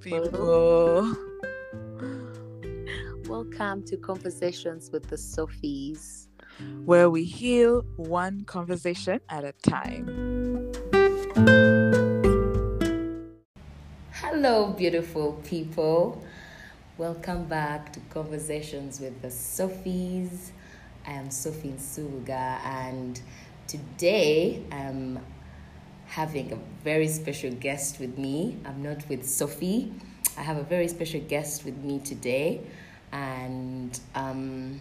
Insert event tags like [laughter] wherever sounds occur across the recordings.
people. Welcome to Conversations with the Sophies. Where we heal one conversation at a time. Hello, beautiful people. Welcome back to Conversations with the Sophies. I am Sophie Nsuga, and today I'm having a very special guest with me. I'm not with Sophie. I have a very special guest with me today, and um,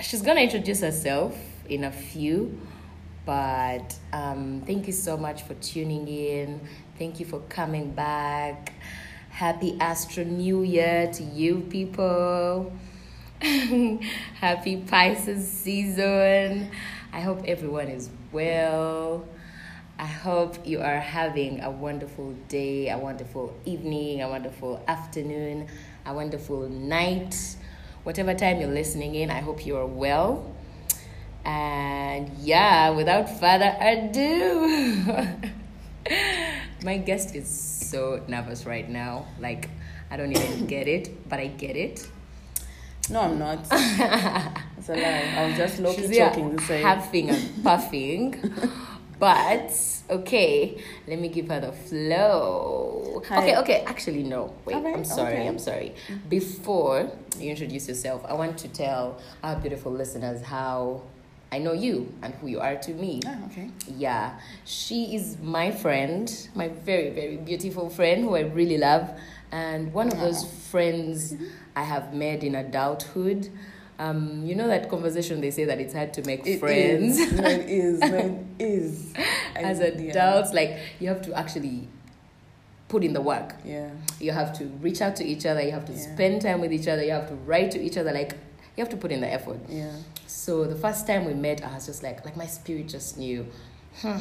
she's gonna introduce herself in a few. But um, thank you so much for tuning in. Thank you for coming back. Happy Astro New Year to you, people. [laughs] Happy Pisces season. I hope everyone is well. I hope you are having a wonderful day, a wonderful evening, a wonderful afternoon, a wonderful night. Whatever time you're listening in, I hope you are well. And yeah, without further ado, [laughs] my guest is so nervous right now. Like, I don't even get it, but I get it. No, [laughs] I'm not. it's a lie. I was just low She's key here joking this way. huffing [laughs] and puffing. but okay, let me give her the flow. Hi. Okay, okay. Actually, no. Wait, Okay, I'm sorry. okay. I'm sorry. Before you introduce yourself, I want to tell our beautiful listeners how I know you and who you are to me. Ah, okay. Yeah, she is my friend, my very, very beautiful friend who I really love, and one of those friends I have met in adulthood. Um, you know that conversation they say that it's hard to make It friends is. [laughs] No, it is. No, it is. I- [laughs] as yeah. adults, like you have to actually put in the work. Yeah. You have to reach out to each other, you have to Yeah. spend time with each other, you have to write to each other, like you have to put in the effort. Yeah. So the first time we met, I was just like, like my spirit just knew, [laughs] "Hmm,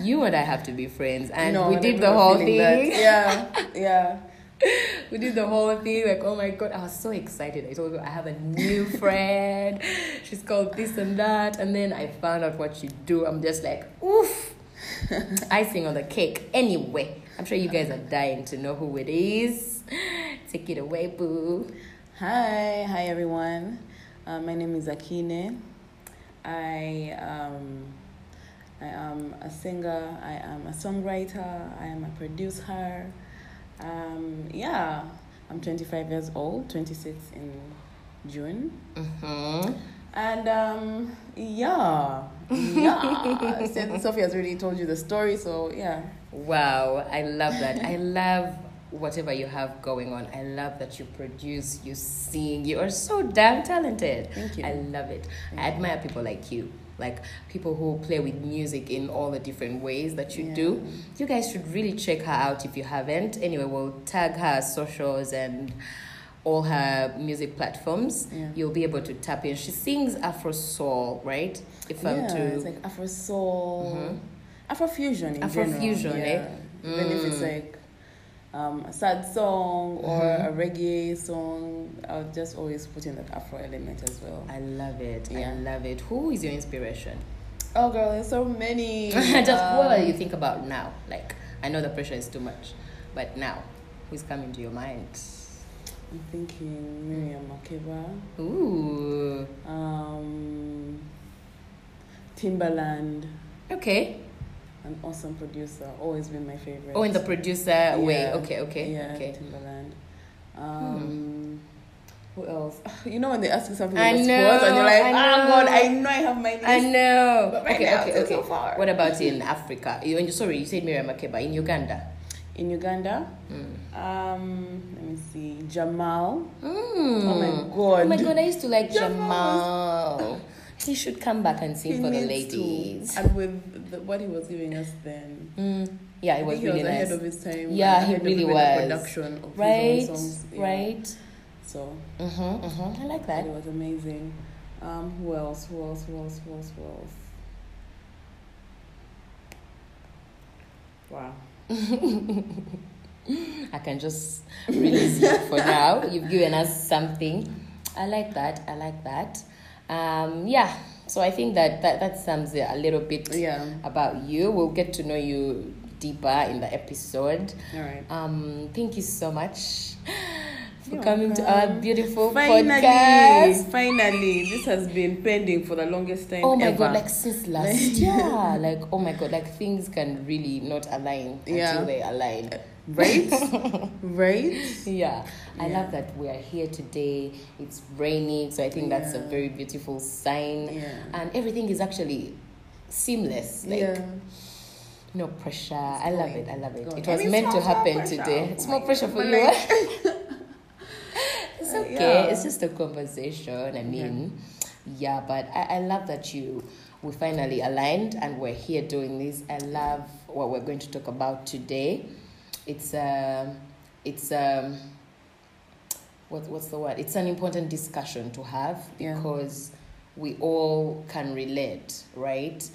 you and I have to be friends, and No, we I did the remember whole feeling that. thing. Yeah. Yeah. [laughs] We did the whole thing. Like, oh my god, I was so excited. I told her I have a new friend. She's called this and that, and then I found out what you do. I'm just like, oof, [laughs] icing on the cake. Anyway, I'm sure you guys are dying to know who it is. Take it away, boo. Hi. Hi, everyone. Uh, my name is Akine. I um, I am a singer. I am a songwriter. I am a producer. Um, yeah. I'm 25 years old. 26 in June. Mm-hmm. And um, yeah, yeah. Since Sophie has already told you the story, so yeah. Wow, I love that. I love whatever you have going on. I love that you produce, you sing. You are so damn talented. Thank you. I love it. I admire people like you. Like people who play with music in all the different ways that you Yeah. do. You guys should really check her out if you haven't. Anyway, we'll tag her socials and all her music platforms. Yeah. You'll be able to tap in. She sings Afro Soul, right? If I'm yeah, to it's like Afro soul, Afro fusion in general. Afrofusion, yeah. eh? Even if Mm. it's like um, a sad song or Mhm. a reggae song, I'll just always put in that Afro element as well. I love it. Yeah. I love it. Who is your inspiration? Oh, girl, there's so [laughs] many. Just what Um, you think about now? Like, I know the pressure is too much, but now, who's coming to your mind? I'm thinking Miriam Makeba, Ooh. um, Timbaland. Okay. an awesome producer, always been my favorite. Oh, in the producer way. Yeah. Okay, okay, yeah, okay. Hmm. Timberland. Um, Who else? [laughs] You know when they ask you something I in the know, sports and you're like, I oh god, know. I know I have my list. I know. But right okay, now, okay, it's okay. so far. What about in Africa? You, and you- sorry, you said Miriam Makeba in Uganda. In Uganda, Mm. um, let me see, Jamal. Oh my Mm. Oh god. my god, I used to like Jamal. Jamal. He should come back and sing He for the needs to. ladies. And with the, what he was giving us then, Mm. Yeah, I it was think he really was nice. ahead of his time. Yeah, and he ahead of really even the was. Production of right, his own songs. yeah. right. So Mm-hmm, mm-hmm. I like that. It was amazing. Um, who else? Who else? Who else? Who else? Who else? Wow. [laughs] I can just release you for now. You've given us something. I like that. I like that. Um, yeah. So I think that that, that sums it a little bit Yeah. about you. We'll get to know you deeper in the episode. All right. Um, thank you so much for You're coming to our welcome. beautiful Finally, podcast. finally, this has been pending for the longest time. Oh my ever. god, like [laughs] since last year. Like, oh my god, like things can really not align Yeah. Uh, until they align. [laughs] right, right. Yeah, I love that we are here today. It's raining, so I think that's a very beautiful sign. Yeah. And everything is actually seamless. Like, yeah, no pressure. I love going. it. I love it. Going. It I was mean, meant to small, small happen pressure. today. Oh It's more my pressure for God. you. But [laughs] [laughs] it's okay. yeah. It's just a conversation. I mean, yeah, but I, I love that you we finally aligned and we're here doing this. I love what we're going to talk about today. It's um it's um what what's the word? It's an important discussion to have Yeah. because we all can relate, right?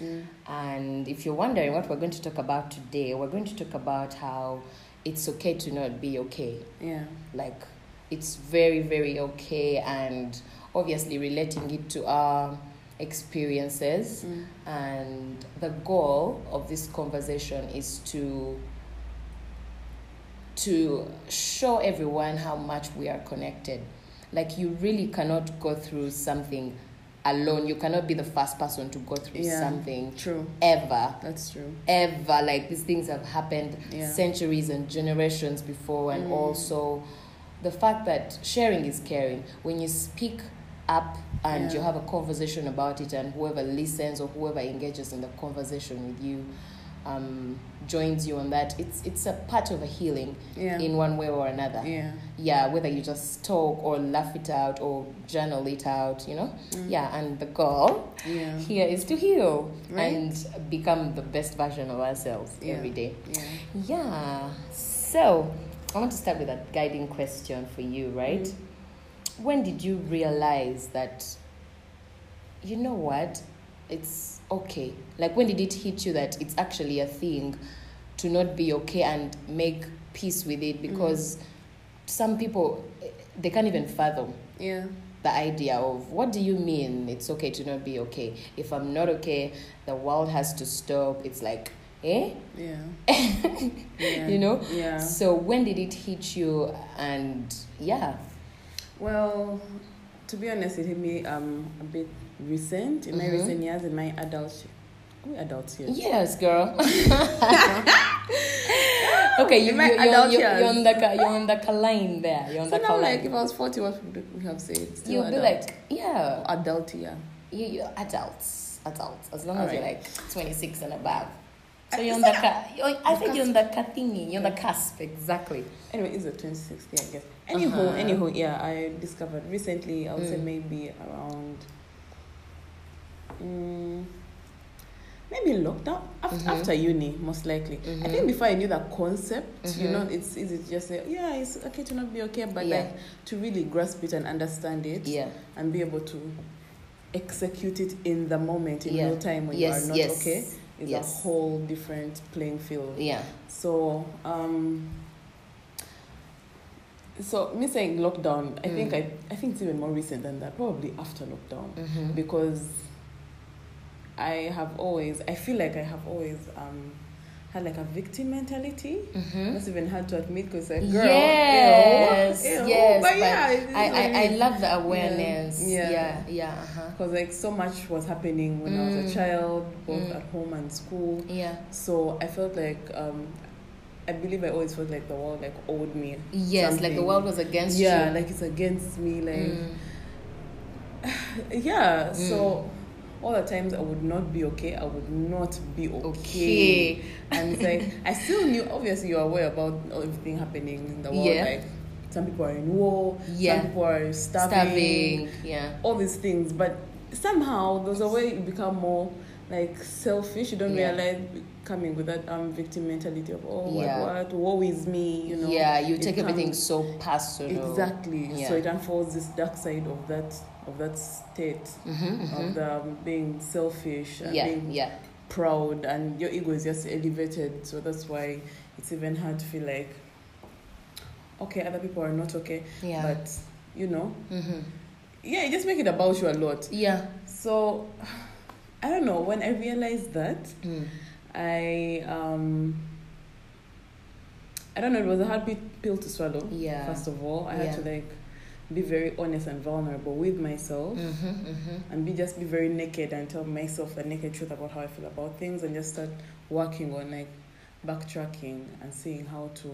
And if you're wondering what we're going to talk about today, we're going to talk about how it's okay to not be okay yeah, like it's very very okay and obviously relating it to our experiences and the goal of this conversation is to to show everyone how much we are connected like you really cannot go through something alone you cannot be the first person to go through Yeah. something true. ever That's true. ever like these things have happened Yeah. Mm. centuries and generations before and also the fact that sharing is caring when you speak up and Yeah. you have a conversation about it and whoever listens or whoever engages in the conversation with you um, joins you on that it's it's a part of a healing Yeah, in one way or another yeah, yeah whether you just talk or laugh it out or journal it out you know yeah and the goal Mm. yeah, here is to heal Right. and become the best version of ourselves Yeah. every day. yeah. Yeah. So I want to start with a guiding question for you, right? When did you realize that you know what? It's okay. Like when did it hit you that it's actually a thing to not be okay and make peace with it because some people eh, they can't even fathom Yeah, the idea of what do you mean it's okay to not be okay if i'm not okay the world has to stop it's like eh yeah. yeah. [laughs] you know Yeah. so when did it hit you and yeah Well, to be honest, it hit me um a bit recent in my Mhm. recent years in my adult. Are we adults here? yes girl [laughs] okay you, In you, my you're, on- adult you're, years. you're on the ca- you're on the ca- line there you're on So the now, ca- like, if line I was forty, what would we have said? Still you'll be adult. like yeah adult, yeah. you, you're adults adults as long as All you're right. like 26 and above so I- you're on is the that ca- you're, I the think you're on the ca- thingy. You're on the cusp, exactly. Anyway, it's the 26th, yeah, I guess. Anyhow, Uh-huh. anyhow, yeah, I discovered recently, I would say Mm. maybe around. Mm, maybe lockdown after, Mm-hmm. after uni, most likely. I think before I knew that concept, you know, it's easy to just say, yeah, it's okay to not be okay, but Mm-hmm. Yeah. like to really grasp it and understand it Yeah. and be able to execute it in the moment, in Yeah. real time when Yes, you are not yes, okay, is yes. a whole different playing field. Yeah. So, um, so me saying lockdown, I Mm. think I, I think it's even more recent than that, probably after lockdown, Mm-hmm. because I have always, I feel like I have always um, had like a victim mentality. Mm-hmm. That's even hard to admit because like, girl, Yes. ew, ew. Yes. but yeah, it is I, what it I, I is. love the awareness. Yeah. Yeah. Yeah. uh-huh. Because like so much was happening when I was Mm. a child, both Mm. at home and school. Yeah. So I felt like um, I believe I always felt like the world like owed me. Yes. Like the something. world was against yeah, you. like it's against me. Like Mm. [sighs] yeah, so all the times I would not be okay. I would not be okay. Okay. and [laughs] it's like I still knew. Obviously, you're aware about everything happening in the world. Yeah. Like some people are in war. Yeah. Some people are Starving. Yeah. all these things but somehow there's a way you become more like selfish you don't Yeah. realize coming with that um victim mentality of oh what, Yeah. what woe is me you know yeah. You It take everything comes- so personal. exactly Yeah. so it unfolds this dark side of that of that state of the um, being selfish and Mm-hmm, Yeah. being Yeah. proud and your ego is just elevated so that's why it's even hard to feel like okay other people are not okay Yeah. but you know mm-hmm. yeah you just make it about you a lot Yeah. so, [sighs] Mm-hmm. I don't know. When I realized that, Mm. I um, I don't know. It was a hard pi- pill to swallow. Yeah. First of all, I had Yeah. to like be very honest and vulnerable with myself Mm-hmm, mm-hmm. and be just be very naked and tell myself the naked truth about how I feel about things and just start working on like backtracking and seeing how to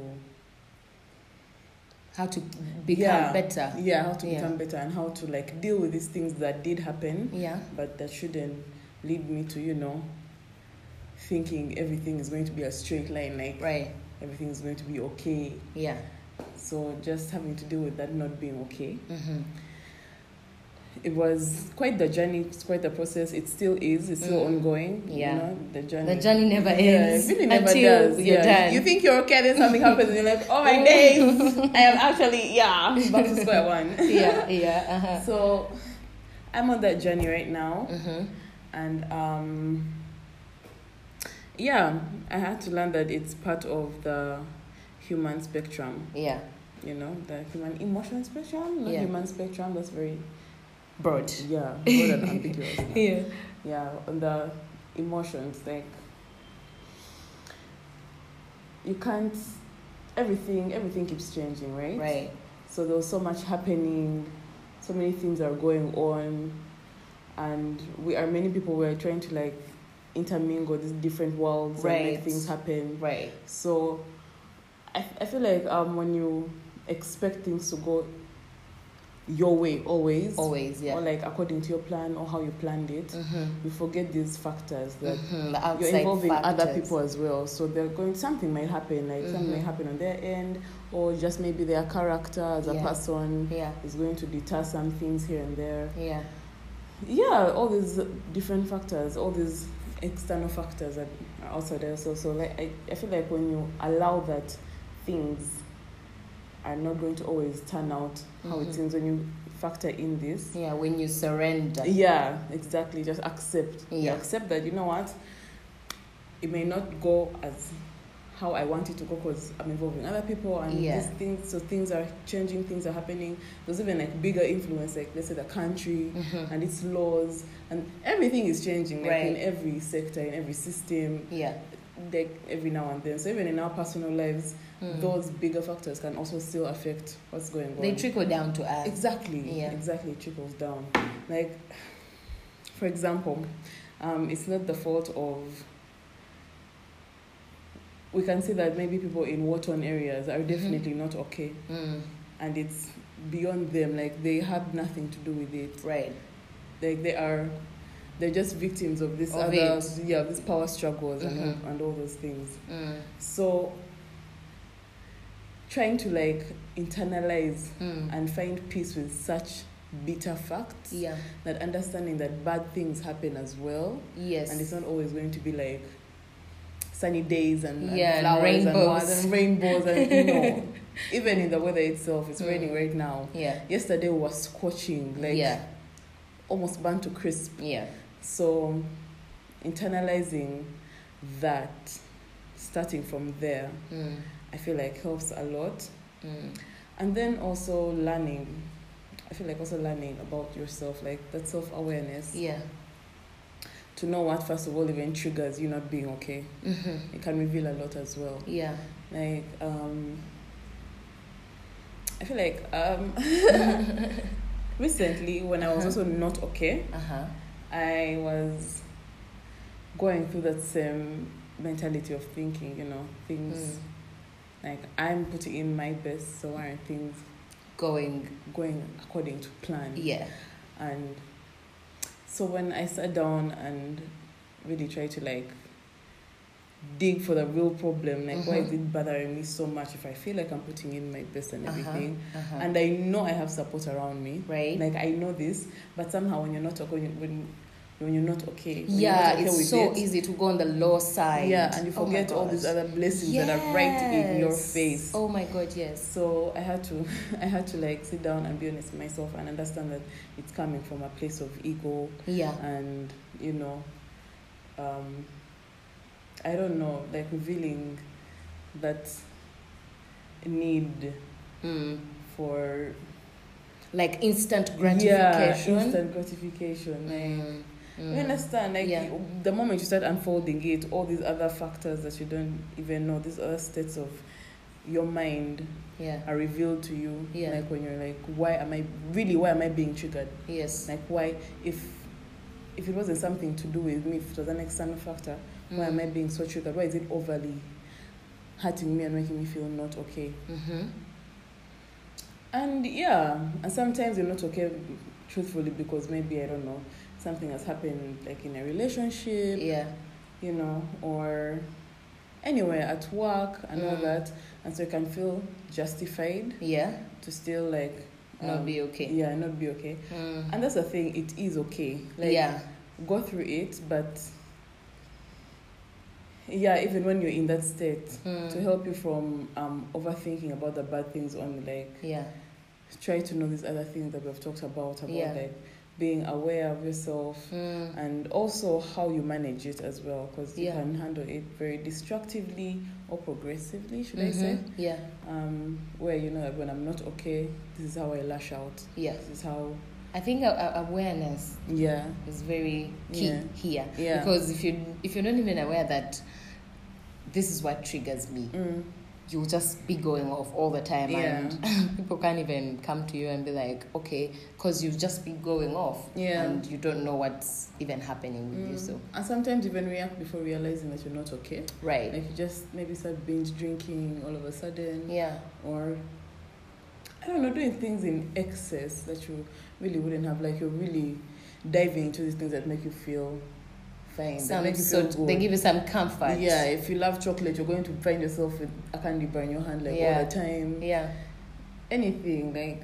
How to become Yeah. better. yeah how to Yeah. become better and how to like deal with these things that did happen Yeah. but that shouldn't lead me to you know thinking everything is going to be a straight line like Right. everything is going to be okay Yeah. so just having to deal with that not being okay Mm-hmm. it was quite the journey it's quite the process it still is it's still Mm. ongoing Yeah. you know the journey The journey never ends Yeah, it really never until does. you're yeah. done. You think you're okay, then something happens, and you're like, oh my days, [laughs] I am actually, yeah, [laughs] back to square one. yeah. [laughs] Yeah. Uh-huh. [laughs] So I'm on that journey right now, Mm-hmm. and um, yeah, I had to learn that it's part of the human spectrum, Yeah. you know, the human emotion spectrum, not Yeah. human spectrum, that's very, Broad. [laughs] yeah, broad and ambiguous. Yeah. yeah on the emotions like you can't everything everything keeps changing right Right. so there was so much happening so many things are going on and we are many people were trying to like intermingle these different worlds and Right. make things happen Right. so I, I feel like um when you expect things to go your way always, Always. Oh, Yeah. or like according to your plan or how you planned it Mm-hmm. you forget these factors that Mm-hmm. The outside you're involving factors. other people as well. So they're going something might happen, like something Mhm. might happen on their end, or just maybe their character as a Yeah. person Yeah. is going to deter some things here and there. Yeah. Yeah, all these different factors, all these external factors that are outside there. So so like I, I feel like when you allow that things are not going to always turn out how Mhm. it seems when you factor in this. Yeah. When you surrender. Yeah, exactly. Just accept. Yeah. Accept that, you know what? It may not go as how I want it to go because I'm involving other people and Yeah. these things. So things are changing, things are happening. There's even like bigger influence, like let's say the country Mm-hmm. and its laws and everything is changing, like in Right. every sector, in every system, Yeah. like every now and then. So even in our personal lives, Mm. those bigger factors can also still affect what's going on. They trickle down to us. Exactly. Yeah. Exactly. It trickles down. Like, for example, um, it's not the fault of. We can see that maybe people in war-torn areas are definitely not okay, Mm. and it's beyond them. Like they have nothing to do with it. Right. Like they are, they're just victims of this Of other it. yeah, this power struggles and Mhm. and all those things. Mm. So. Trying to like internalize Mm. and find peace with such bitter facts Yeah. that understanding that bad things happen as well Yes. and it's not always going to be like sunny days and, and Yeah, and flowers rainbows. and, what- and [laughs] rainbows and no even in the weather itself it's Mm. raining right now yeah. yesterday was scorching like yeah. almost burnt to crisp Yeah. so internalizing that starting from there Mm. i feel like helps a lot Mm. and then also learning i feel like also learning about yourself like that self-awareness Yeah. to know what first of all even triggers you not being okay Mm-hmm. it can reveal a lot as well Yeah. like um i feel like um [laughs] recently when i was also not okay Uh huh. i was going through that same mentality of thinking you know things Mm. like i'm putting in my best so why aren't things Going. going according to plan Yeah. and so when i sat down and really tried to like dig for the real problem like why is Mhm. it bothering me so much if i feel like i'm putting in my best and Uh-huh. everything Uh-huh. and i know i have support around me right. like i know this but somehow when you're not okay when, when, when you're not okay when you're yeah, not okay it's with so it, easy to go on the low side. yeah and you Oh my forget all gosh. these other blessings that are right in your Yes. face Oh my god, yes. so i had to [laughs] i had to like sit down and be honest with myself and understand that it's coming from a place of ego Yeah. and you know um i don't know like revealing that need Mm. for Like instant yeah gratification. instant gratification like, Mm. Mm. you understand like Yeah. you- the moment you start unfolding it all these other factors that you don't even know these other states of your mind Yeah. are revealed to you. Yeah. Like when you're like, why am I really? Why am I being triggered? Yes. Like why if if it wasn't something to do with me, if it was an external factor, why am I Mm. being so triggered? Why is it overly hurting me and making me feel not okay? Mm-hmm. And yeah, and sometimes you're not okay, truthfully, because maybe I don't know something has happened like in a relationship, Yeah. you know, or anywhere at work and all Mm. that, and so you can feel justified Yeah. to still like Not um, be okay. yeah, not be okay. Mm. And that's the thing; it is okay. Like, yeah. go through it, but yeah, even when you're in that state, Mm. to help you from um, overthinking about the bad things only, like Yeah. try to know these other things that we've talked about about Yeah. like being aware of yourself Mm. and also how you manage it as well because Yeah. you can handle it very destructively or progressively should i say Mhm. Yeah. um where you know when i'm not okay this is how i lash out Yeah. this is how I think a- a- awareness yeah is very key Yeah. here Yeah. because if you if you're not even aware that this is what triggers me, mm, you'll just be going off all the time, Yeah. and [laughs] people can't even come to you and be like, okay, because you've just been going off, Yeah. and you don't know what's even happening with you. mm. So and sometimes even react before realizing that you're not okay right, like you just maybe start binge drinking all of a sudden yeah, or I don't know, doing things in excess that you really wouldn't have. Like you're really diving into these things that make you feel fine. that some make you sort. feel They good. give you some comfort. yeah, if you love chocolate, you're going to find yourself with a candy bar in your hand like Yeah. all the time. yeah. Anything like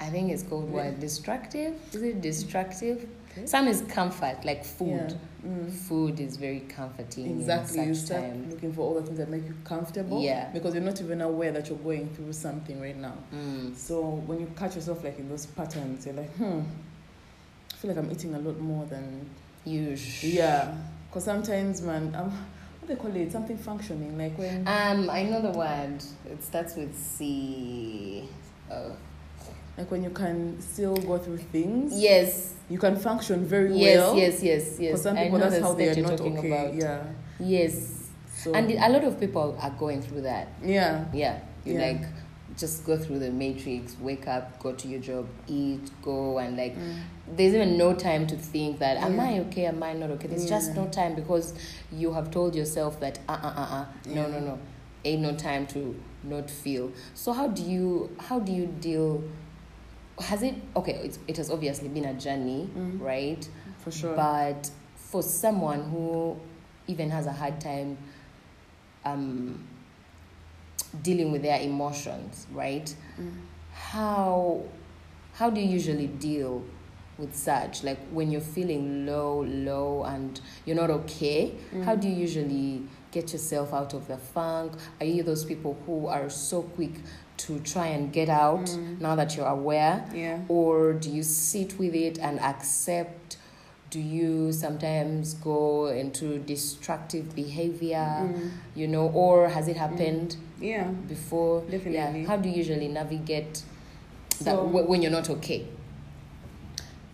I think it's called Yeah. what destructive. Is it destructive? Okay. Some is comfort, like food. yeah, mm. Food is very comforting. Exactly, you In such start time. looking for all the things that make you comfortable. Yeah. Because you're not even aware that you're going through something right now. Mm. So when you catch yourself like in those patterns, you're like, hmm, I feel like I'm eating a lot more than You. sh- Yeah, because sometimes, man, um, what they call it, something functioning, like when Um, I know the word. It starts with C. Oh. like when you can still go through things. Yes. You can function very Yes. well. Yes. Yes. Yes. Because some I people, know that's the how they state are you're not talking okay. about. Yeah. Yes. So. and a lot of people are going through that. yeah. Yeah. You Yeah. like just go through the matrix, wake up, go to your job, eat, go, and like there's even no time to think that am Mm. Yeah. I okay, am I not okay. There's just Yeah. no time because you have told yourself that uh uh uh, uh no no Yeah. no, ain't no time to not feel. So how do you how do you deal? Has it okay? It's, it has obviously been a journey, Mm. right? For sure. But for someone who even has a hard time um, dealing with their emotions, right? Mm. How how do you usually deal with such? Like when you're feeling low, low, and you're not okay. Mm. How do you usually get yourself out of the funk? Are you those people who are so quick to try and get out Mm. now that you're aware? Yeah. or do you sit with it and accept do you sometimes go into destructive behavior Mm. you know or has it happened Yeah. before Mm. Definitely. yeah how do you usually navigate that So- w- when you're not okay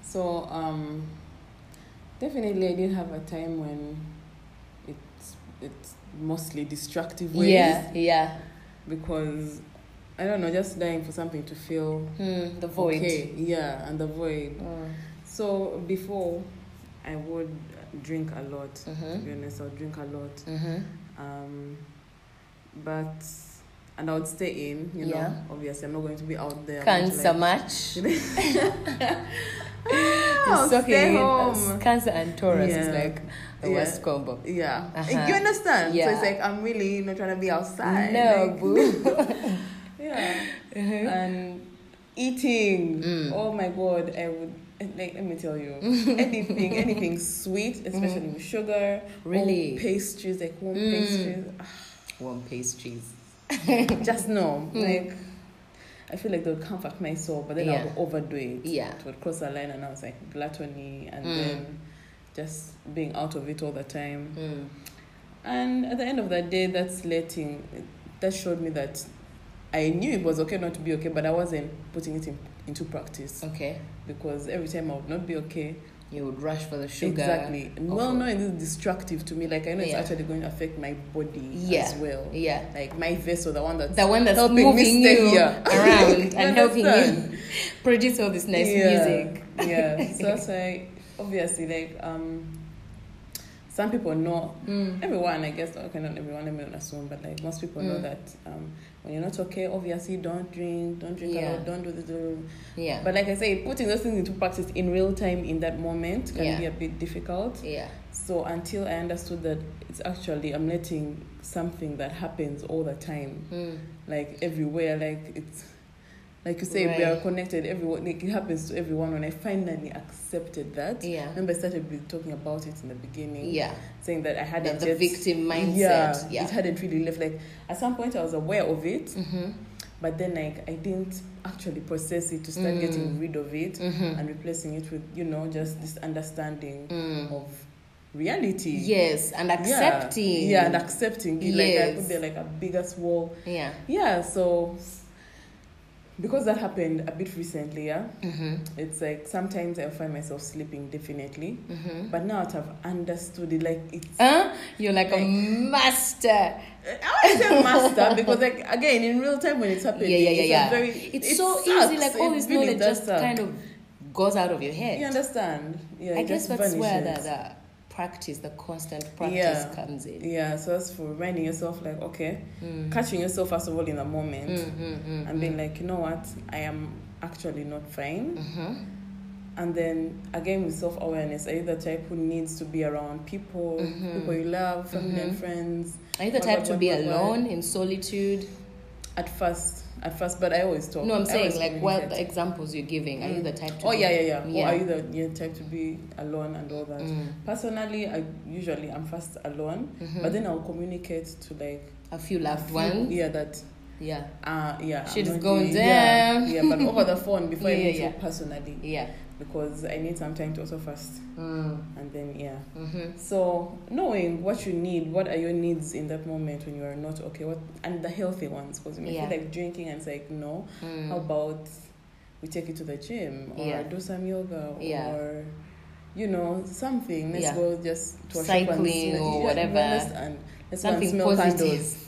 So um, definitely, I did have a time when it's it's mostly destructive ways yeah yeah because I don't know, just dying for something to feel Hmm, the void okay. Yeah, and the void. Mm, So before, I would drink a lot. To mhm, be honest, I would drink a lot. mhm, Um, but and I would stay in. You know, Yeah. obviously, I'm not going to be out there. I'm cancer not [laughs] match I'll It's okay. Oh, stay home. cancer and taurus is Yeah. like the Yeah. worst combo like- yeah, Uh-huh. you understand. So Yeah. it's like I'm really not trying to be outside. no like- boo [laughs] Uh-huh. yeah. And eating. Mm. Oh my god, I would like let me [laughs] tell you. anything, anything sweet, especially with sugar. or Mm-hmm. Really? pastries, like warm Mm. pastries. one pastries [laughs] Just no. Hmm. Like I feel like they'll comfort my soul, but then Yeah. I'll overdo it. yeah It would cross a line and I was like gluttony and Mm. then just being out of it all the time. Mm. And at the end of the day, that's letting, that showed me that I knew it was okay not to be okay, but I wasn't putting it in, into practice okay because every time I would not be okay, you would rush for the sugar. Exactly. or Well, for- no, it is destructive to me. Like I know it's Yeah. actually going to affect my body Yeah. as well. Yeah. Like my vessel, the one that's The one that's helping me moving stay you here. [laughs] around You and helping understand? you [laughs] produce all this nice music. [laughs] yeah. So that's why obviously like um some people know Mm. everyone I guess okay not everyone let me not assume but like most people know Mm. that um when you're not okay obviously don't drink don't drink Yeah. a lot don't do this blah, blah, blah. Yeah. but like I say putting those things into practice in real time in that moment can Yeah. be a bit difficult yeah. so until I understood that it's actually I'm letting something that happens all the time Mm. like everywhere like it's like you say we are Right. connected everyone like it happens to everyone and i finally accepted that Yeah. remember i started with talking about it in the beginning Yeah. saying that i The, hadn't the yet- victim yeah, mindset. it Yeah. hadn't really left like at some point i was aware of it Mm-hmm. but then like i didn't actually process it to start Mm. getting rid of it Mm-hmm. and replacing it with you know just this understanding Mm. of reality Yes, and Yeah. accepting. yeah, and accepting it like i Yes. put there like a biggest wall Yeah. yeah so because that happened a bit recently yeah Mm-hmm. it's like sometimes i find myself sleeping definitely Mm-hmm. but now that i've understood it like it's Huh? You're like a Like- master. i would say master because like again in real time when it's happening Yeah, yeah, yeah, it's, a yeah. Very, It's it so sucks. easy. Like It all this really knowledge does just suck. kind of goes out of your head. you understand yeah I it guess just that's where the, vanishes. the practice, the constant practice Yeah. comes in. yeah so that's for reminding yourself like okay Mm. catching yourself first of all in the moment Mm, mm, mm, and being like you know what i am actually not fine mm-hmm. and then again with self awareness, are you the type who needs to be around people, Mhm. people you love, family and Mhm. friends? Are you the Blah, type blah, to blah, be blah, blah. alone in solitude? At first, at first, but I always talk. No, I'm I saying always like what the communicate. examples you're giving. Are you the type to? Oh be- yeah, yeah, yeah. Yeah. Or are you the yeah, type to be alone and all that? Mm. Personally, I usually I'm first alone, Mhm. but then I'll communicate to like a few loved few- ones. Yeah, that. Yeah, Uh, yeah. I'm Shit is not going really- yeah, down. Yeah, but over the phone [laughs] before Yeah, I yeah, meet yeah. you personally yeah. because I need some time to also first Mm. and then yeah. Mm-hmm. So knowing what you need, what are your needs in that moment when you are not okay, what and the healthy ones, because you may Yeah. feel like drinking and it's like no, Mm. how about we take it to the gym or Yeah. do some yoga or Yeah. you know something. Let's Yeah. go just to a shop and Cycling see- or yeah, whatever. wellness and let's go and Something smell positive, candles.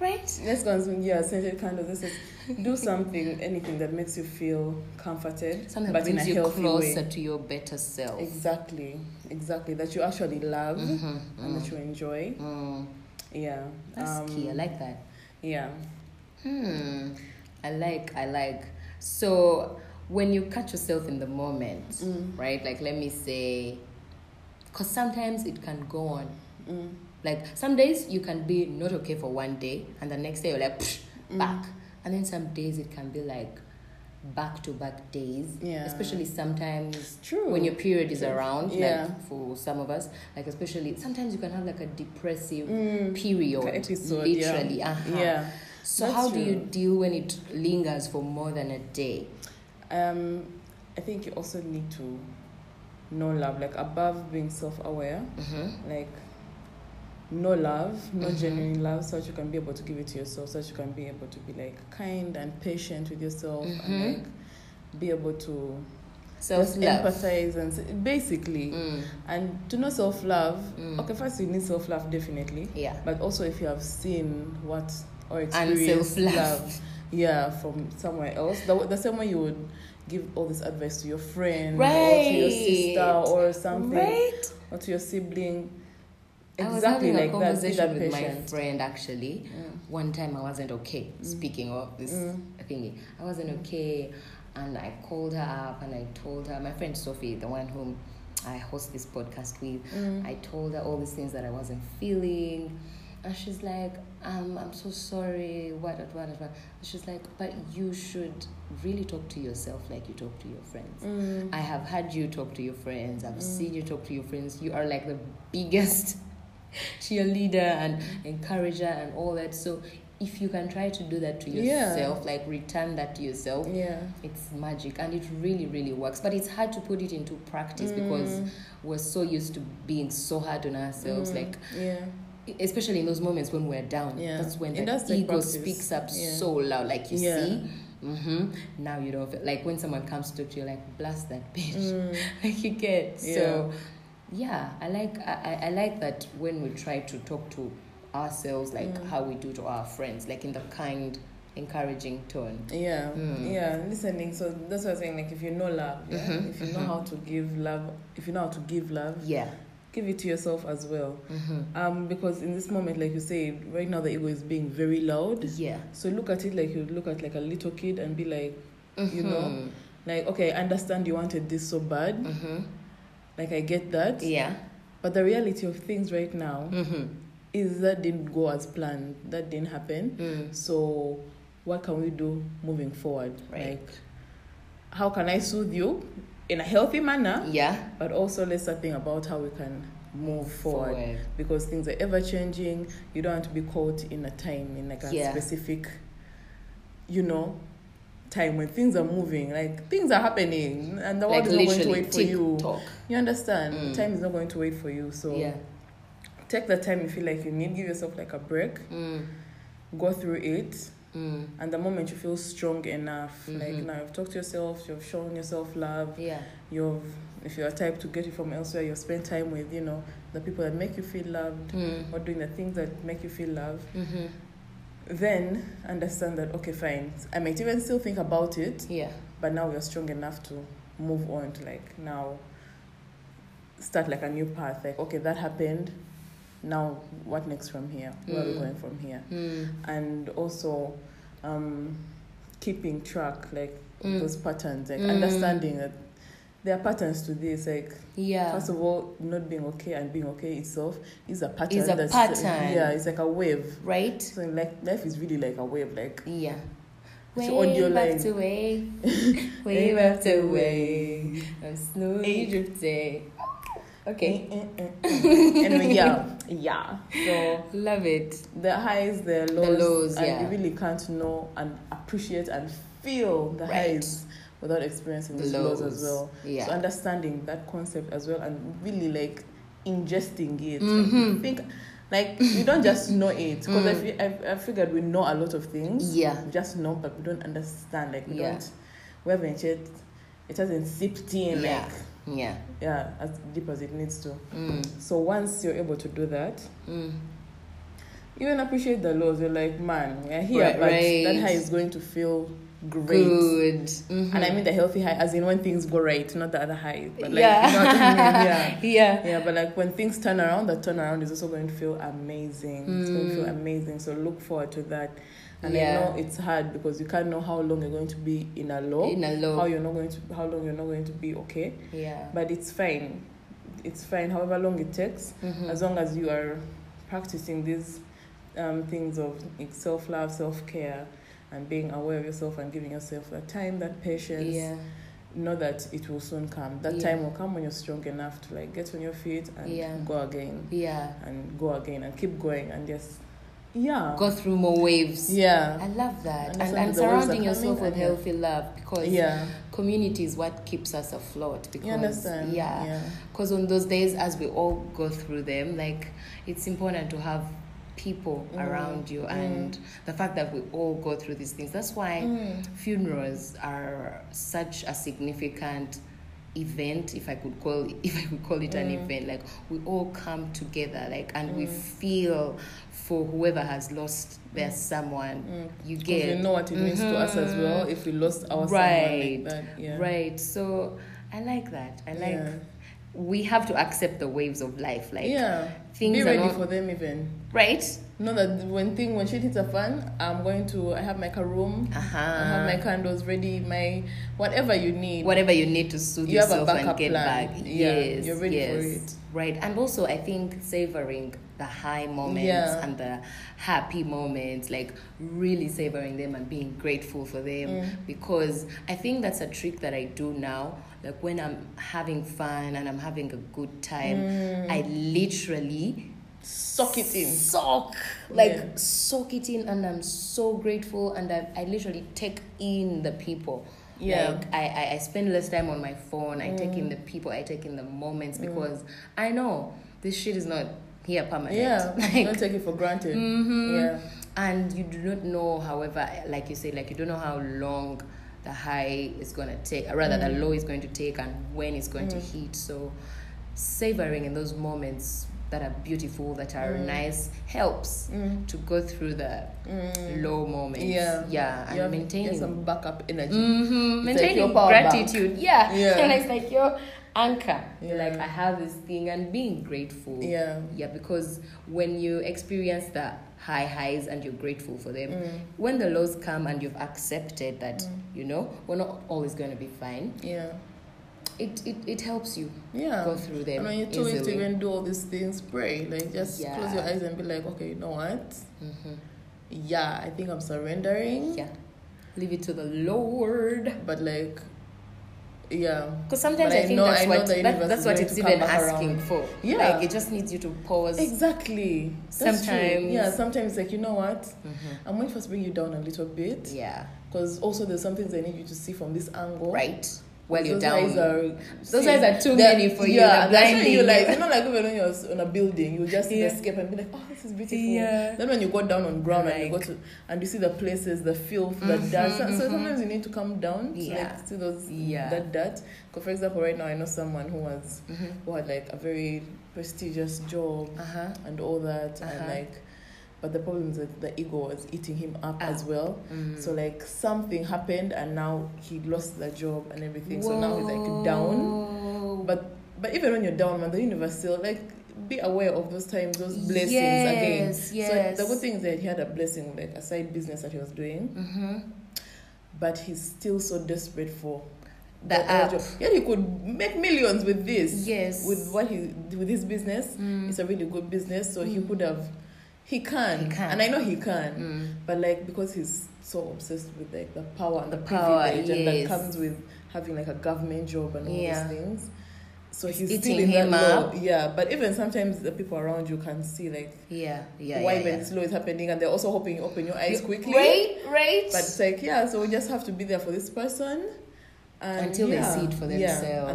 right? Let's go and sm- yeah, scented candles. Let's just do something, anything that makes you feel comforted, Something but that brings in a you healthy closer way. to your better self. Exactly, exactly. That you actually love Mhm, and that mm, you enjoy. mm. Yeah. That's um, key. I like that. Yeah. Hmm. I like, I like. So when you catch yourself in the moment, Mm. right? Like, let me say, because sometimes it can go on. Mm. Like, some days you can be not okay for one day, and the next day you're like, "Psh, Mm. back. And then some days it can be like back to back days. Yeah. Especially sometimes True. when your period is around, Yeah. like for some of us, like, especially sometimes you can have like a depressive Mm. period. Episode, yeah. literally. Uh-huh. Yeah. So That's how do you true. deal when it lingers for more than a day? Um, I think you also need to know love, like above being self aware, Mm-hmm. like know love, know Mhm. genuine love, so that you can be able to give it to yourself, so that you can be able to be like kind and patient with yourself Mhm. and like be able to Self love. empathize and s- basically Mm, and to know self love. Mm. Okay, first you need self love definitely. yeah. but also if you have seen what or And experienced self-love. love yeah from somewhere else the, the same way you would give all this advice to your friend or to your sister Right. or something Right. or to your sibling I was exactly having like a that be conversation that with my patient friend actually. One time I wasn't okay. Speaking of this thingy, I wasn't okay, and I called her up and I told her my friend Sophie, the one whom I host this podcast with. I told her all these things that I wasn't feeling, and she's like, um, "I'm so sorry." What? What? What? What? She's like, "But you should really talk to yourself like you talk to your friends." Mm. I have had you talk to your friends. I've seen you talk to your friends. You are like the biggest [laughs] cheerleader and encourager and all that. So if you can try to do that to Yeah. yourself, like return that to yourself, yeah it's magic and it really, really works. But it's hard to put it into practice Mm. because we're so used to being so hard on ourselves. Like yeah especially in those moments when we're down Yeah. that's when It the does take ego practice. speaks up Yeah. so loud like you Yeah. see hmm Now you don't feel like when someone comes to talk to you, like blast that [laughs] bitch, Mm. like you get. So, yeah, I like I, I- I like that when we try to talk to ourselves, like Mm. how we do to our friends, like in the kind, encouraging tone. Yeah, Mm. yeah, listening. So that's what I'm saying. Like, if you know love, yeah? Mhm, if you know mhm. how to give love, if you know how to give love, Yeah. give it to yourself as well. Mm-hmm. Um, because in this moment, like you say, right now the ego is being very loud. Yeah. So look at it like you look at like a little kid and be like, You know, Mhm. like, okay, I understand you wanted this so bad. Mhm. Like, I get that. Yeah. But the reality of things right now Mm-hmm. is that didn't go as planned. That didn't happen. Mm. So, what can we do moving forward? Right. Like, how can I soothe you in a healthy manner? Yeah. But also, let's start thinking about how we can move forward, Forward. because things are ever changing. You don't want to be caught in a time in like a Yeah. specific, you know, time when things are moving. Like things are happening, and the world Like is not going to literally, wait for you. TikTok. You understand? Mm. Time is not going to wait for you. So Yeah. take the time you feel like you need. Give yourself like a break. Mm. Go through it. Mm. And the moment you feel strong enough, like Mhm. now you've talked to yourself, you've shown yourself love, Yeah. you've if you're a type to get it from elsewhere, you'll spend time with, you know, the people that make you feel loved Mm. or doing the things that make you feel loved, Mm-hmm. then understand that okay fine. I might even still think about it, Yeah. but now you're strong enough to move on to like now start like a new path. Like, okay, that happened. Now what next from here? Where are we Mm. going from here? Mm. and also um, keeping track like Mm. those patterns like Mm. understanding that there are patterns to this like Yeah. first of all not being okay and being okay itself is a pattern Is a pattern. yeah it's like a wave right? so like life is really like a wave [laughs] like Yeah. So on your Wave line. after [laughs] wave, wave after wave, I'm slowly Hey. drifting. Okay, anyway yeah yeah so love it. the highs the lows, lows, and yeah. you really can't know and appreciate and feel the Right. highs without experiencing The those lows. lows. as well Yeah. so understanding that concept as well and really like ingesting it Mhm. I think like we don't just know it because I, Mm. fe- I, I figured we know a lot of things Yeah. we just know but we don't understand like we Yeah. don't we haven't yet it hasn't seeped in Yeah. like Yeah. yeah as deep as it needs to Mm. so once you're able to do that Mm. even appreciate the laws. You're like, man, we're here, Right, but right. that high is going to feel great. Good. Mhm. And I mean the healthy high, as in when things go right, not the other high. But like, yeah. you know what I [laughs] mean? Yeah. yeah. Yeah, but like when things turn around, the turnaround is also going to feel amazing. It's going to feel amazing. So look forward to that. And Mm. Yeah. I know it's hard because you can't know how long you're going to be in a low, In a low. how you're not going to, how long you're not going to be okay. Yeah. But it's fine. It's fine. However long it takes, Mhm. as long as you are practicing these um, things of self love, self care, and being aware of yourself and giving yourself that time, that patience, Yeah. know that it will soon come. That Yeah. time will come when you're strong enough to like get on your feet and Yeah. go again Yeah. and go again and keep going and just yeah Go through more waves. I yeah love that. And, and Understand that the waves are surrounding yourself coming with and yeah. healthy love because yeah community is what keeps us afloat. Because, you understand Yeah. because on those days as we all go through them like it's important to have people Mm. around you and the fact that we all go through these things that's why Mm. funerals are such a significant event if i could call [laughs] if i could call it an Mm. event like we all come together like and we feel for whoever has lost their someone you Mm. because get Mm-hmm. we know what it means to us as well if we lost our right someone like that yeah right so i like that i like Yeah. we have to accept the waves of life like yeah things be are ready not- for them even right know that when thing when shit hits a fan, I'm going to I have like a room, Uh-huh. I have my candles ready, my whatever you need. whatever you need to soothe You have a yourself and backup get plan. back Yeah, yes you're ready yes for it. right and also i think savoring the high moments Yeah. and the happy moments like really savoring them and being grateful for them Mm. because i think that's a trick that i do now like when i'm having fun and i'm having a good time Mm. i literally Soak it in. Soak. Like Yeah. soak it in and I'm so grateful and I, I literally take in the people. Yeah. Mm. Like I, I, I spend less time on my phone. I take in the people. I take in the moments because I know this shit is not here permanent. Yeah, [laughs] Like, [laughs] don't take it for granted. Mhm. Yeah. And you do not know, however, like you say, like you don't know how long the high is going to take, or rather, Mm. the low is going to take and when it's going to hit. So, savoring in those moments that are beautiful, that are Mm. nice, helps to go through the low moments. Mm. Yeah. Yeah. And you have, maintaining. Get some backup energy. Mhm, It's like Maintaining your power gratitude. Yeah. Yeah. And [laughs] it's like your anchor. You're Yeah. Like, I have this thing, and being grateful. Yeah. Yeah, because when you experience the high highs and you're grateful for them, Mm. when the lows come and you've accepted that, you know, we're not always going to be fine, Yeah. it, it, it helps you Yeah. go through them. And when you're too weak to easily. even do all these things, pray. Like just Yeah. close your eyes and be like, okay, you know what? Mhm. Yeah, I think I'm surrendering. Yeah. Leave it to the Lord. But like, yeah, Because sometimes But I, I think know- that's I know what the that- universe that's is what going it's to come even back asking around. for. Yeah. like it just needs you to pause. exactly. That's true. Sometimes- Mm-hmm. yeah, sometimes like you know what? I might first bring you down a little bit Yeah, because also there's some things I need you to see from this angle. right. While you're Those down, eyes are, Those see, eyes are too they're- many for you, Yeah, they're that's when blinding you like you. you know like when you're s- on a building, you just see Yeah. the scape and be like, oh, this is beautiful. Yeah. Then when you go down on ground and you go Like- Mm-hmm, to and you see the places, the filth, the dirt. So, so sometimes you need to come down to Yeah. like see those Yeah. that dirt. Because for example, right now I know someone who was Mm-hmm. who had like a very prestigious job Uh huh. and all that Uh-huh. and like but the problem is that the ego was eating him up Ah. as well so like something happened and now he lost the job and everything so now he's like down Whoa. but but even when you're down man the universe still like be aware of those times those blessings again Yes, yes. so the good thing is that he had a blessing like a side business that he was doing Mhm. but he's still so desperate for The that app. job. yeah he could make millions with this Yes. Mm. with what he with his business it's a really good business so he could have he can, He can. and i know he can Mm. but like because he's so obsessed with like the power and the, The power, privilege yes. and that comes with having like a government job and all Yeah. these things so It's he's still eating in that him low. up. yeah but even sometimes the people around you can see like Yeah, yeah. why yeah, when yeah. slow is happening and they're also hoping you open your eyes quickly Right, right. but it's like yeah so we just have to be there for this person and Until they yeah, see it for yeah, and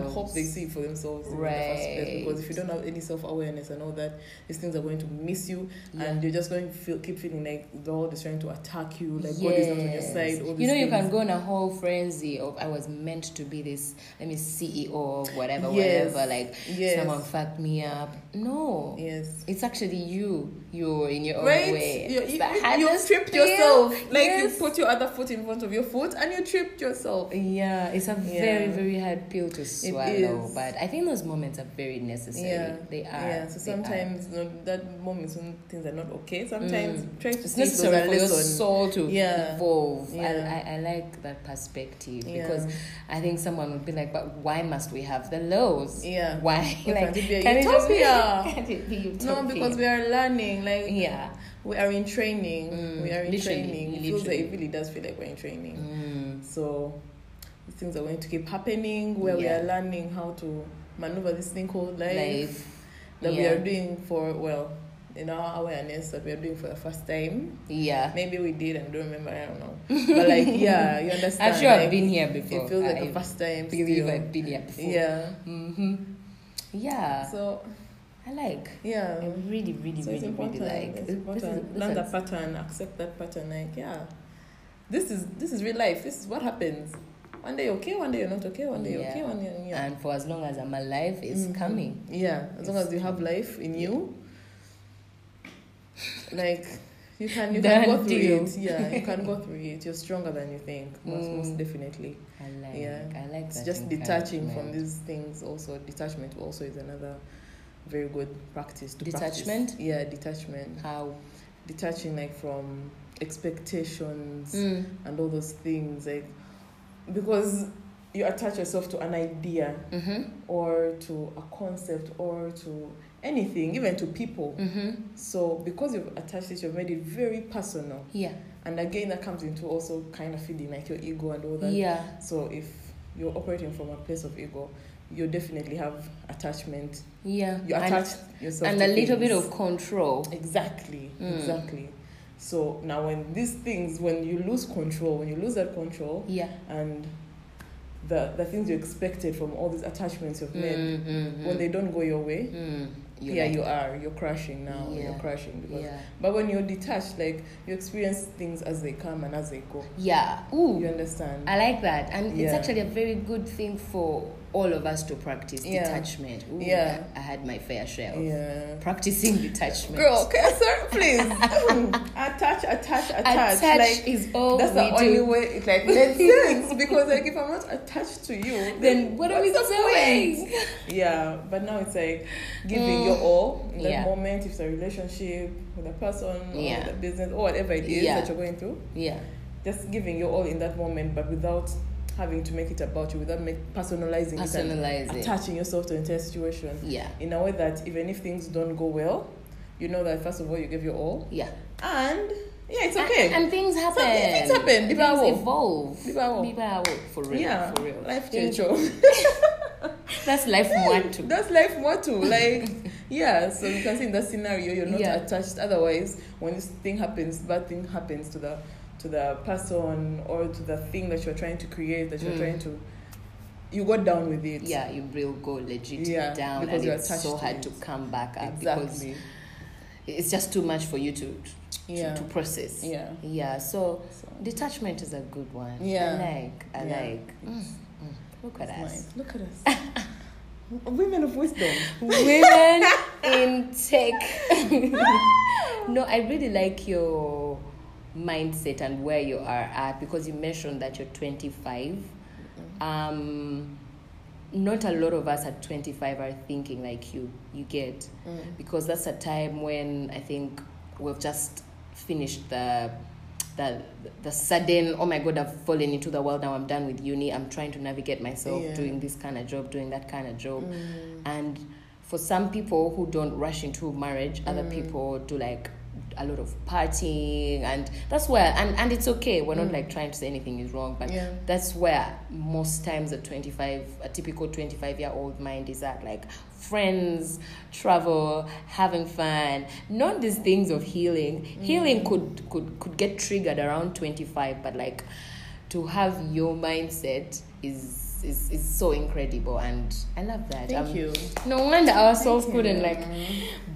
themselves. hope they see it for themselves in the first place Right. because if you don't have any self-awareness and all that these things are going to miss you Yeah. and you're just going to feel keep feeling like the world is trying to attack you like god is not on your Yes. side all you these know, you can things. go in a whole frenzy of I was meant to be this. Let me CEO of whatever, Yes, whatever. Like yes. someone fucked me up. No, yes it's actually you. You're in your own Right, way. you, It's you, Oh, the you, you hardest tripped pill. yourself. Like Yes. you put your other foot in front of your foot, and you tripped yourself. Yeah, it's a Yeah. very, very hard pill to swallow. is. But I think those moments are very necessary. Yeah, They are. Yeah, so they are. sometimes you know, that moments when things are not okay. Sometimes try to Mm. it's take those as necessary a for your lesson. soul to Yeah. evolve. Yeah. I, I, I like that perspective Yeah. because I think someone would be like, but why must we have the lows? Yeah. Why? Why like, can't it be a can just be, utopia? [laughs] can it be utopia? No, because we are learning. Like Yeah. we are in training. Mm, we are in literally, training. It feels like literally. it really does feel like we're in training. Mm. So these things are going to keep happening where Yeah. we are learning how to maneuver this thing called life, Life. that we Yeah. are doing for well in our awareness that we are doing for the first time. Yeah. Maybe we did and don't remember. I don't [laughs] know. [laughs] But like yeah, you understand. I'm sure I've like, been here before. It feels like I a first time. believe still. I've been here before. Yeah. hmm Yeah. So I like. yeah. I really, really, so it's really, really important. like. it's This is- important. this Learn is- that pattern, accept that pattern. Like, yeah, this is this is real life. This is what happens. One day you're okay, one day you're not okay, one day you're Yeah. okay, one day you're yeah. And for as long as I'm alive, it's Mm-hmm. coming. Yeah, as long as you have life in you, like you can you Done can go through deal. it. Yeah, you [laughs] can go through it. You're stronger than you think. Most Mm. most definitely. I like. Yeah. I like It's that just detaching from encouragement. these things. Also, detachment also is another very good practice to practice. Detachment? Yeah, detachment. How? detaching like from expectations Mm. and all those things like because you attach yourself to an idea Mm-hmm. or to a concept or to anything even to people Mm-hmm. so because you've attached it you've made it very personal Yeah. and again that comes into also kind of feeding like your ego and all that Yeah. so if you're operating from a place of ego you definitely have attachment Yeah. you attach yourself and, and to a little bit things. of control. Exactly, Mm. exactly. So now, when these things, when you lose control, when you lose that control, Yeah. and the the things you expected from all these attachments you've made, Mm-hmm. when they don't go your way, Mm. You're yeah, like- you are. You're crushing now. Yeah. You're crushing because. Yeah. But when you're detached, like you experience things as they come and as they go. Yeah. Ooh. You understand? I like that. And it's Yeah. actually a very good thing for all of us to practice Yeah. detachment. Ooh, Yeah. I, I had my fair share of yeah. practicing detachment. Girl, cancer, please. [laughs] attach, attach, attach. attach Like is all that's the we only do. way it like makes sense. [laughs] Because like if I'm not attached to you, Then what are we what's the doing? point? Yeah, but now it's like giving your all in that Mm. Yeah. moment. If it's a relationship with a person or Yeah. with a business or whatever it is Yeah. that you're going through, Yeah. just giving your all in that moment, but without having to make it about you, without make, personalizing it, Personalize and it. attaching yourself to an entire situation Yeah. in a way that even if things don't go well, you know that first of all you gave your all, Yeah. and yeah, it's And- okay. And, things happen. things happen. Things Biba wo. evolve. Biba wo. Biba wo, For real. yeah, For real. life Things- change. [laughs] oh. [laughs] That's life one too. That's life motto. Like, [laughs] yeah, so you can see in that scenario you're not Yeah. attached. Otherwise, when this thing happens, bad thing happens to the to the person or to the thing that you're trying to create, that you're Mm. trying to you go down with [laughs] it. Yeah, you will go legit Yeah, down because and you're it's so attached to hard it. to come back up because Exactly. it's just too much for you to to, Yeah. to process. Yeah. Yeah. So So detachment is a good one. Yeah. I like. I Yeah. like. Mm, mm. Look at that's us. nice. Look [laughs] at us. Women of wisdom. Women in tech. no, I really like your mindset and where you are at because you mentioned that you're 25. Um, not a lot of us at 25 are thinking like you. You get because that's a time when I think we've just finished the the the sudden oh my god I've fallen into the world now I'm done with uni I'm trying to navigate myself Yeah. doing this kind of job doing that kind of job and for some people who don't rush into marriage other people do like a lot of partying and that's where and and it's okay we're not like trying to say anything is wrong but Yeah. that's where most times a 25 a typical 25 year old mind is at like friends travel having fun not these things of healing Mm. healing could could could get triggered around 25 but like to have your mindset is is, is so incredible and i love that Thank Um, you. no wonder our souls Thank couldn't you. like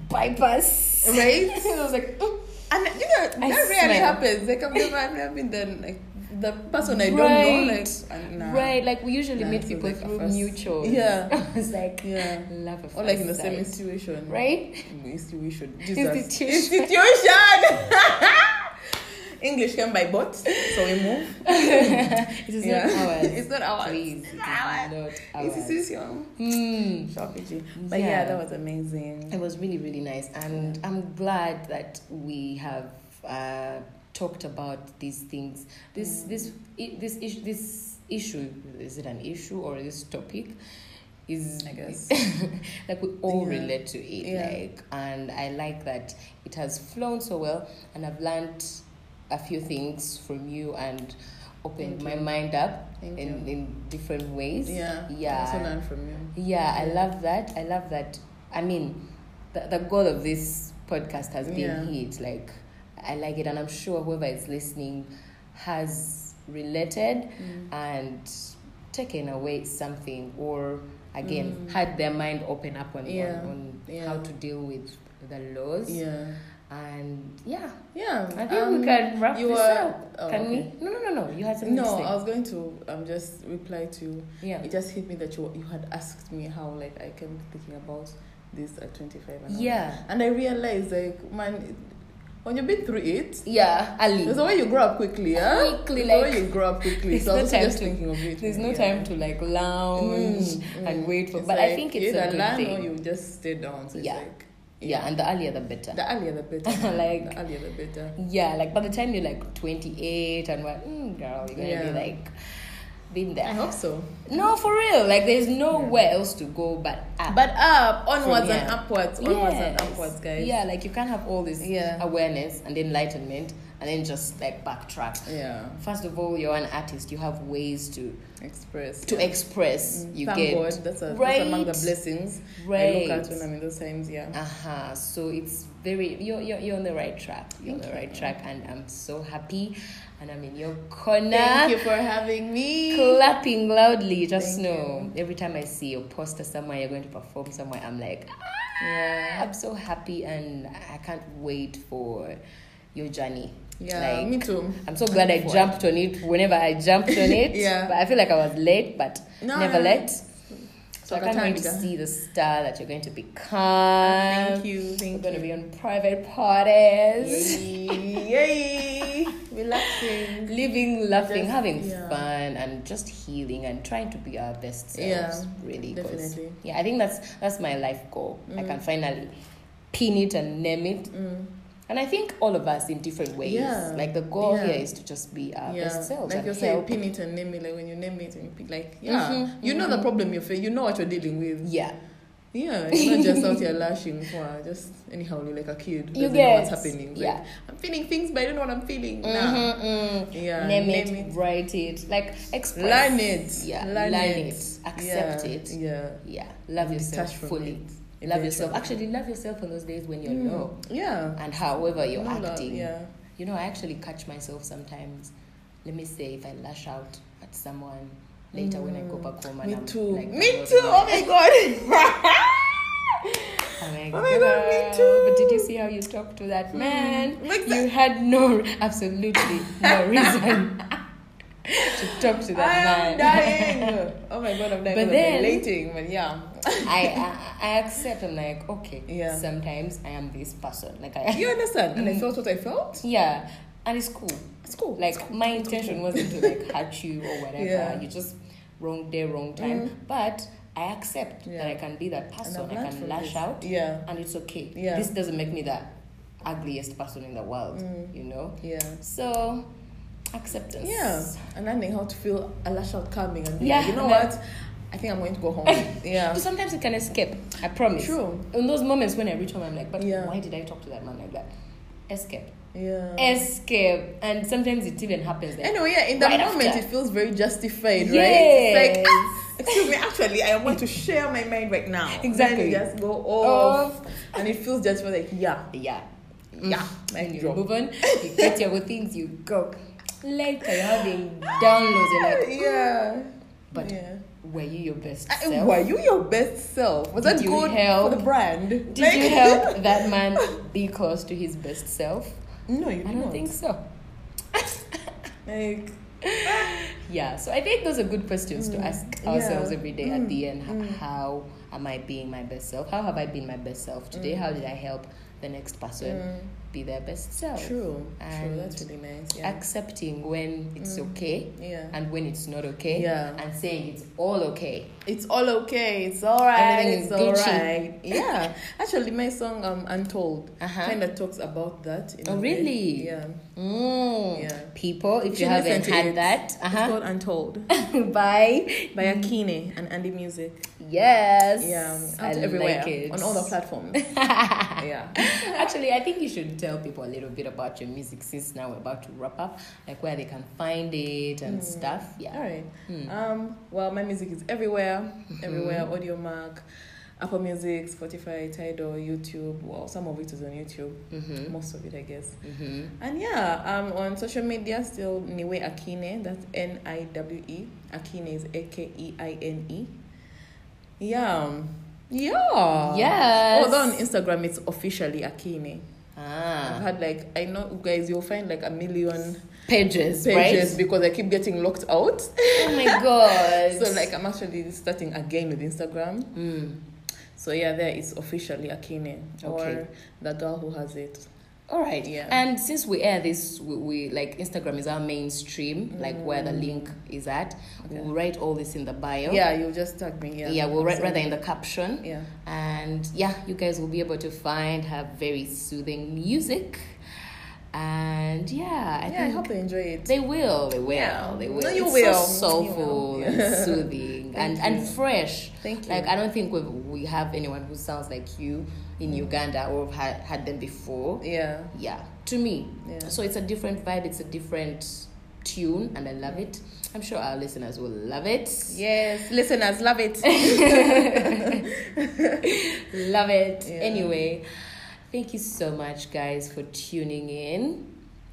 bypass [laughs] Right? i was like "Mm, And you know, that I rarely smell. happens. Like I've never, I've never been done like the person I don't know, like Right. uh, nah. right like we usually Nah, meet so people like a through first- mutuals [laughs] Yeah. it's like [laughs] Yeah. love at Or like in the first same sight. [laughs] institution. right Institution. Jesus. institution Institution. [laughs] English came by boat, so we move. [laughs] it is not ours it's not ours. please it is It's not not ours. ours Institution. Hmm. Shop PG. But yeah. Yeah. that was amazing. It was really, really nice. And I'm glad that we have uh, talked about these things. This, this, i- this, issue, this issue, is it an issue or this topic? Is I [laughs] guess. like we all Yeah. relate to it, Yeah. like, and I like that it has flown so well, and I've learned a few things from you and opened Thank my mind up Thank in, in different ways. Yeah. yeah, I also learned from you. yeah, I love that. I love that. I mean, the, the goal of this podcast has been Yeah. hit. Like, I like it, and I'm sure whoever is listening has related Mm. and taken away something, or again, had their mind open up on, Mm. Yeah. on, on Yeah. how to deal with the laws. Yeah. And yeah, Yeah. I think um, we can wrap you this were- up. oh, can okay. we? No, no, no, no. You had something No, to say. I was going to um just reply to you. yeah. It just hit me that you you had asked me how like I came thinking about this at twenty five and I was Yeah. And I realized, like, man, it- when you've been through it, Yeah, Ali. there's a way you grow up quickly, yeah? Quickly, there's like, a way you grow up quickly. there's So I no was time just to- thinking of it. There's no yeah. time to like lounge Mm, mm. and wait for. It's but I like, think it's you a either good learn or thing. you just stay down. So Yeah. It's like, yeah, and the earlier the better. the earlier the better. [laughs] Like- the earlier the better. yeah, like by the time you're like 28 and what, mm, girl, you're gonna Yeah. be like, been I there. hope so. No, for real. Like there's nowhere else to go but up. But up, onwards From here. and upwards, Yes. onwards and upwards, guys. Yeah, like you can't have all this Yeah. awareness and enlightenment and then just like backtrack. Yeah. First of all, you're an artist. You have ways to Express. to yeah. Mm. express. You Thank get God. That's, a, Right. that's among the blessings I Right. look at when I'm in those times. Yeah. uh-huh so it's very you're, you're, you're on the right track you're on Thank the right you. track and i'm so happy and i'm in your corner Thank you for having me. clapping loudly just Thank know every time i see your poster somewhere you're going to perform somewhere i'm like Yeah, I'm so happy and I can't wait for your journey. Yeah, Like, me too. I'm so glad I Forward. jumped on it whenever I jumped on it. [laughs] Yeah. But I feel like I was late, but No, never no, no. late. So I Took our can't time, wait to girl. see the star that you're going to become. Thank you. We're Thank going to you. be on private parties, [laughs] Yay! Relaxing. living, laughing, Just- having yeah. fun, and just healing and trying to be our best selves. Yeah, really. 'cause- definitely. Yeah, I think that's that's my life goal. I can finally pin it and name it. Mm. And I think all of us in different ways. Yeah. Like the goal Yeah. here is to just be our Yeah, best selves. like and you say, help pin it and name it. Like when you name it, and you pick, like yeah, Mhm, you know the problem you face. You know what you're dealing with. Yeah. Yeah, [laughs] you're not just out here lashing for just anyhow. You're like a kid. who You doesn't know what's get- happening. Like, yeah. I'm feeling things, but I don't know what I'm feeling. Nah. Mhm, mm. Yeah, Name, it, name it. write it, like express. Learn it. Yeah, Learn, it. Accept yeah. it. Yeah, Yeah. love And yourself detach from fully. it Love yourself. eventually. Actually, love yourself on those days when you're Mm. low Yeah. and however you're No love, acting. yeah. You know, I actually catch myself sometimes. Let me say, if I lash out at someone later when I go back home, and Mm. Me I'm too. like, me "Oh, too. Oh my [laughs] [laughs] god. I'm [laughs] like, Oh my God, me "Girl, too." Mm. But did you see how you talked to that man? Like you had no, absolutely [laughs] no reason [laughs] to talk to I that am man. dying. oh my god, I'm dying. But I'm then- relating, [laughs] but yeah. I, I I accept. I'm like, okay. Yeah. Sometimes I am this person. Like I. You understand? Mm. And I felt what I felt. [laughs] Yeah, and it's cool. It's cool. Like my [laughs] intention wasn't to like hurt you or whatever. Yeah. Mm-hmm. You just wrong day, wrong time. But I accept Yeah. that I can be that And person. I've I learned can from lash this. out. Yeah. And it's okay. Yeah. This doesn't make me the ugliest person in the world. You know. Mm. Yeah. So acceptance. Yeah. And learning how to feel a lash out coming and be Yeah, like, you know and I- what? I think I'm going to [laughs] go home. [laughs] Yeah. But sometimes it can escape. I promise. True. In those moments when I reach home, I'm like, but Yeah. why did I talk to that man like that? Escape. Yeah. Escape. And sometimes it even happens. Like, Anyway, yeah, in that Right moment, after. it feels very justified, right? It's Yes. like, ah, excuse me, actually, I want to share my mind right now. Exactly. Then you just go off, and it feels just like, yeah, Yeah. yeah, And Mm. mind you drop. move [laughs] on, you get your good things, you go. Later, you're having downloads. You're like, Yeah. but yeah. were you your best I- self? Were you your best self? Was Did that you good help? for the brand? Did you [laughs] help that man be close to his best self? No, you I did don't not. think so. [laughs] Like, Yeah, so I think those are good questions to ask Mm. yeah. Mm. ourselves every day at the end. H- How am I being my best self? How have I been my best self today? How did I help the next person be their best self? Mm. true. And true. That's really nice. Yeah. Accepting when it's okay yeah. and when it's not okay, Yeah. and saying it's all okay. it's all okay. It's all right. Everything is It's all Gucci. [laughs] right. Yeah. Actually, my song um, Untold Uh-huh. kind of talks about that. in Oh, a way. really? Yeah. Mm. Yeah. People, if you should haven't listen to had it. that, It's uh-huh. called [laughs] Untold bye. [laughs] by Akine and Andy Music. Yes, Yeah. um, I Out everywhere like it. on all the platforms. [laughs] yeah. Actually, I think you should tell people a little bit about your music since now we're about to wrap up, like where they can find it and stuff. Yeah. Mm. All right. Hmm. Um, well, my music is everywhere, Mm-hmm. everywhere. Audio Mac, Apple Music, Spotify, Tidal, YouTube. Well, some of it is on YouTube. Most of it, I guess. Mm-hmm. And yeah, um, on social media still Niwe Akine. That's N I W E. Akine is A K E I N E. Yeah. Yeah. Yes. Although on Instagram it's officially Akine. I've Ah, had like I know guys, you'll find like a million pages, pages right? because I keep getting locked [laughs] out. Oh my god. So like I'm actually starting again with Instagram. Mm. So yeah, there it's officially Akine Okay. or the girl who has it. All right. Yeah. And since we air this, we, we like Instagram is our mainstream, like where the link is at. We'll write all this in the bio. Mm. Yeah, you just tag me. Yeah. Oh. Yeah, we'll write So- rather in the caption. Yeah. And yeah, you guys will be able to find her very soothing music. And yeah, I yeah, I think hope you enjoy it. They will, they will, Yeah. they will. No, you it's will. so soulful You will. and [laughs] soothing and, and fresh. Thank you. Like I don't think we've, we have anyone who sounds like you in Uganda or have had, had them before. Mm. Yeah. Yeah, to me. Yeah. So it's a different vibe. It's a different tune, and I love it. I'm sure our listeners will love it. Yes, listeners love it. [laughs] Love it. Yeah. Anyway, thank you so much, guys, for tuning in.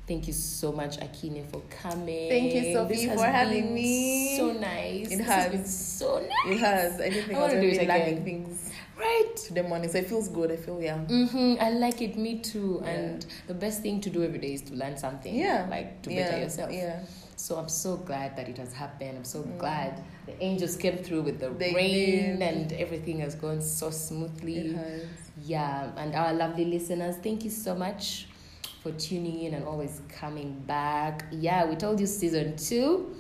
Thank you so much, Akine, for coming. Thank you, Sophie, This has for having been me. So nice. It This has. been so nice. it has. I didn't think I I wanna was going do to it be again. learning things. right to the morning. So it feels good. I feel yeah. hmm I like it, me too. And the best thing to do every day is to learn something. Yeah. Like to yeah. better yourself. Yeah. So I'm so glad that it has happened. I'm so Mm. glad the angels came through with the They rain did. and everything has gone so smoothly. It has. Yeah, and our lovely listeners, thank you so much for tuning in and always coming back. Yeah, we told you season two,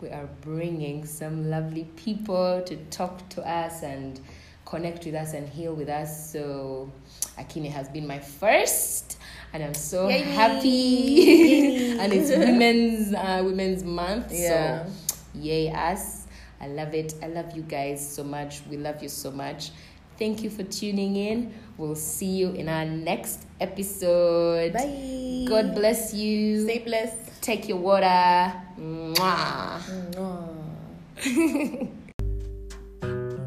we are bringing some lovely people to talk to us and connect with us and heal with us. So, Akine has been my first. And I'm so Yay. happy, [laughs] and it's women's uh, Women's Month, Yeah. so yay us! I love it. I love you guys so much. We love you so much. Thank you for tuning in. We'll see you in our next episode. Bye. God bless you. Stay blessed. Take your water. Mwah.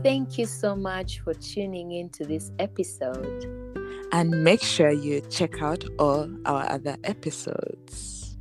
Thank you so much for tuning in to this episode. And make sure you check out all our other episodes.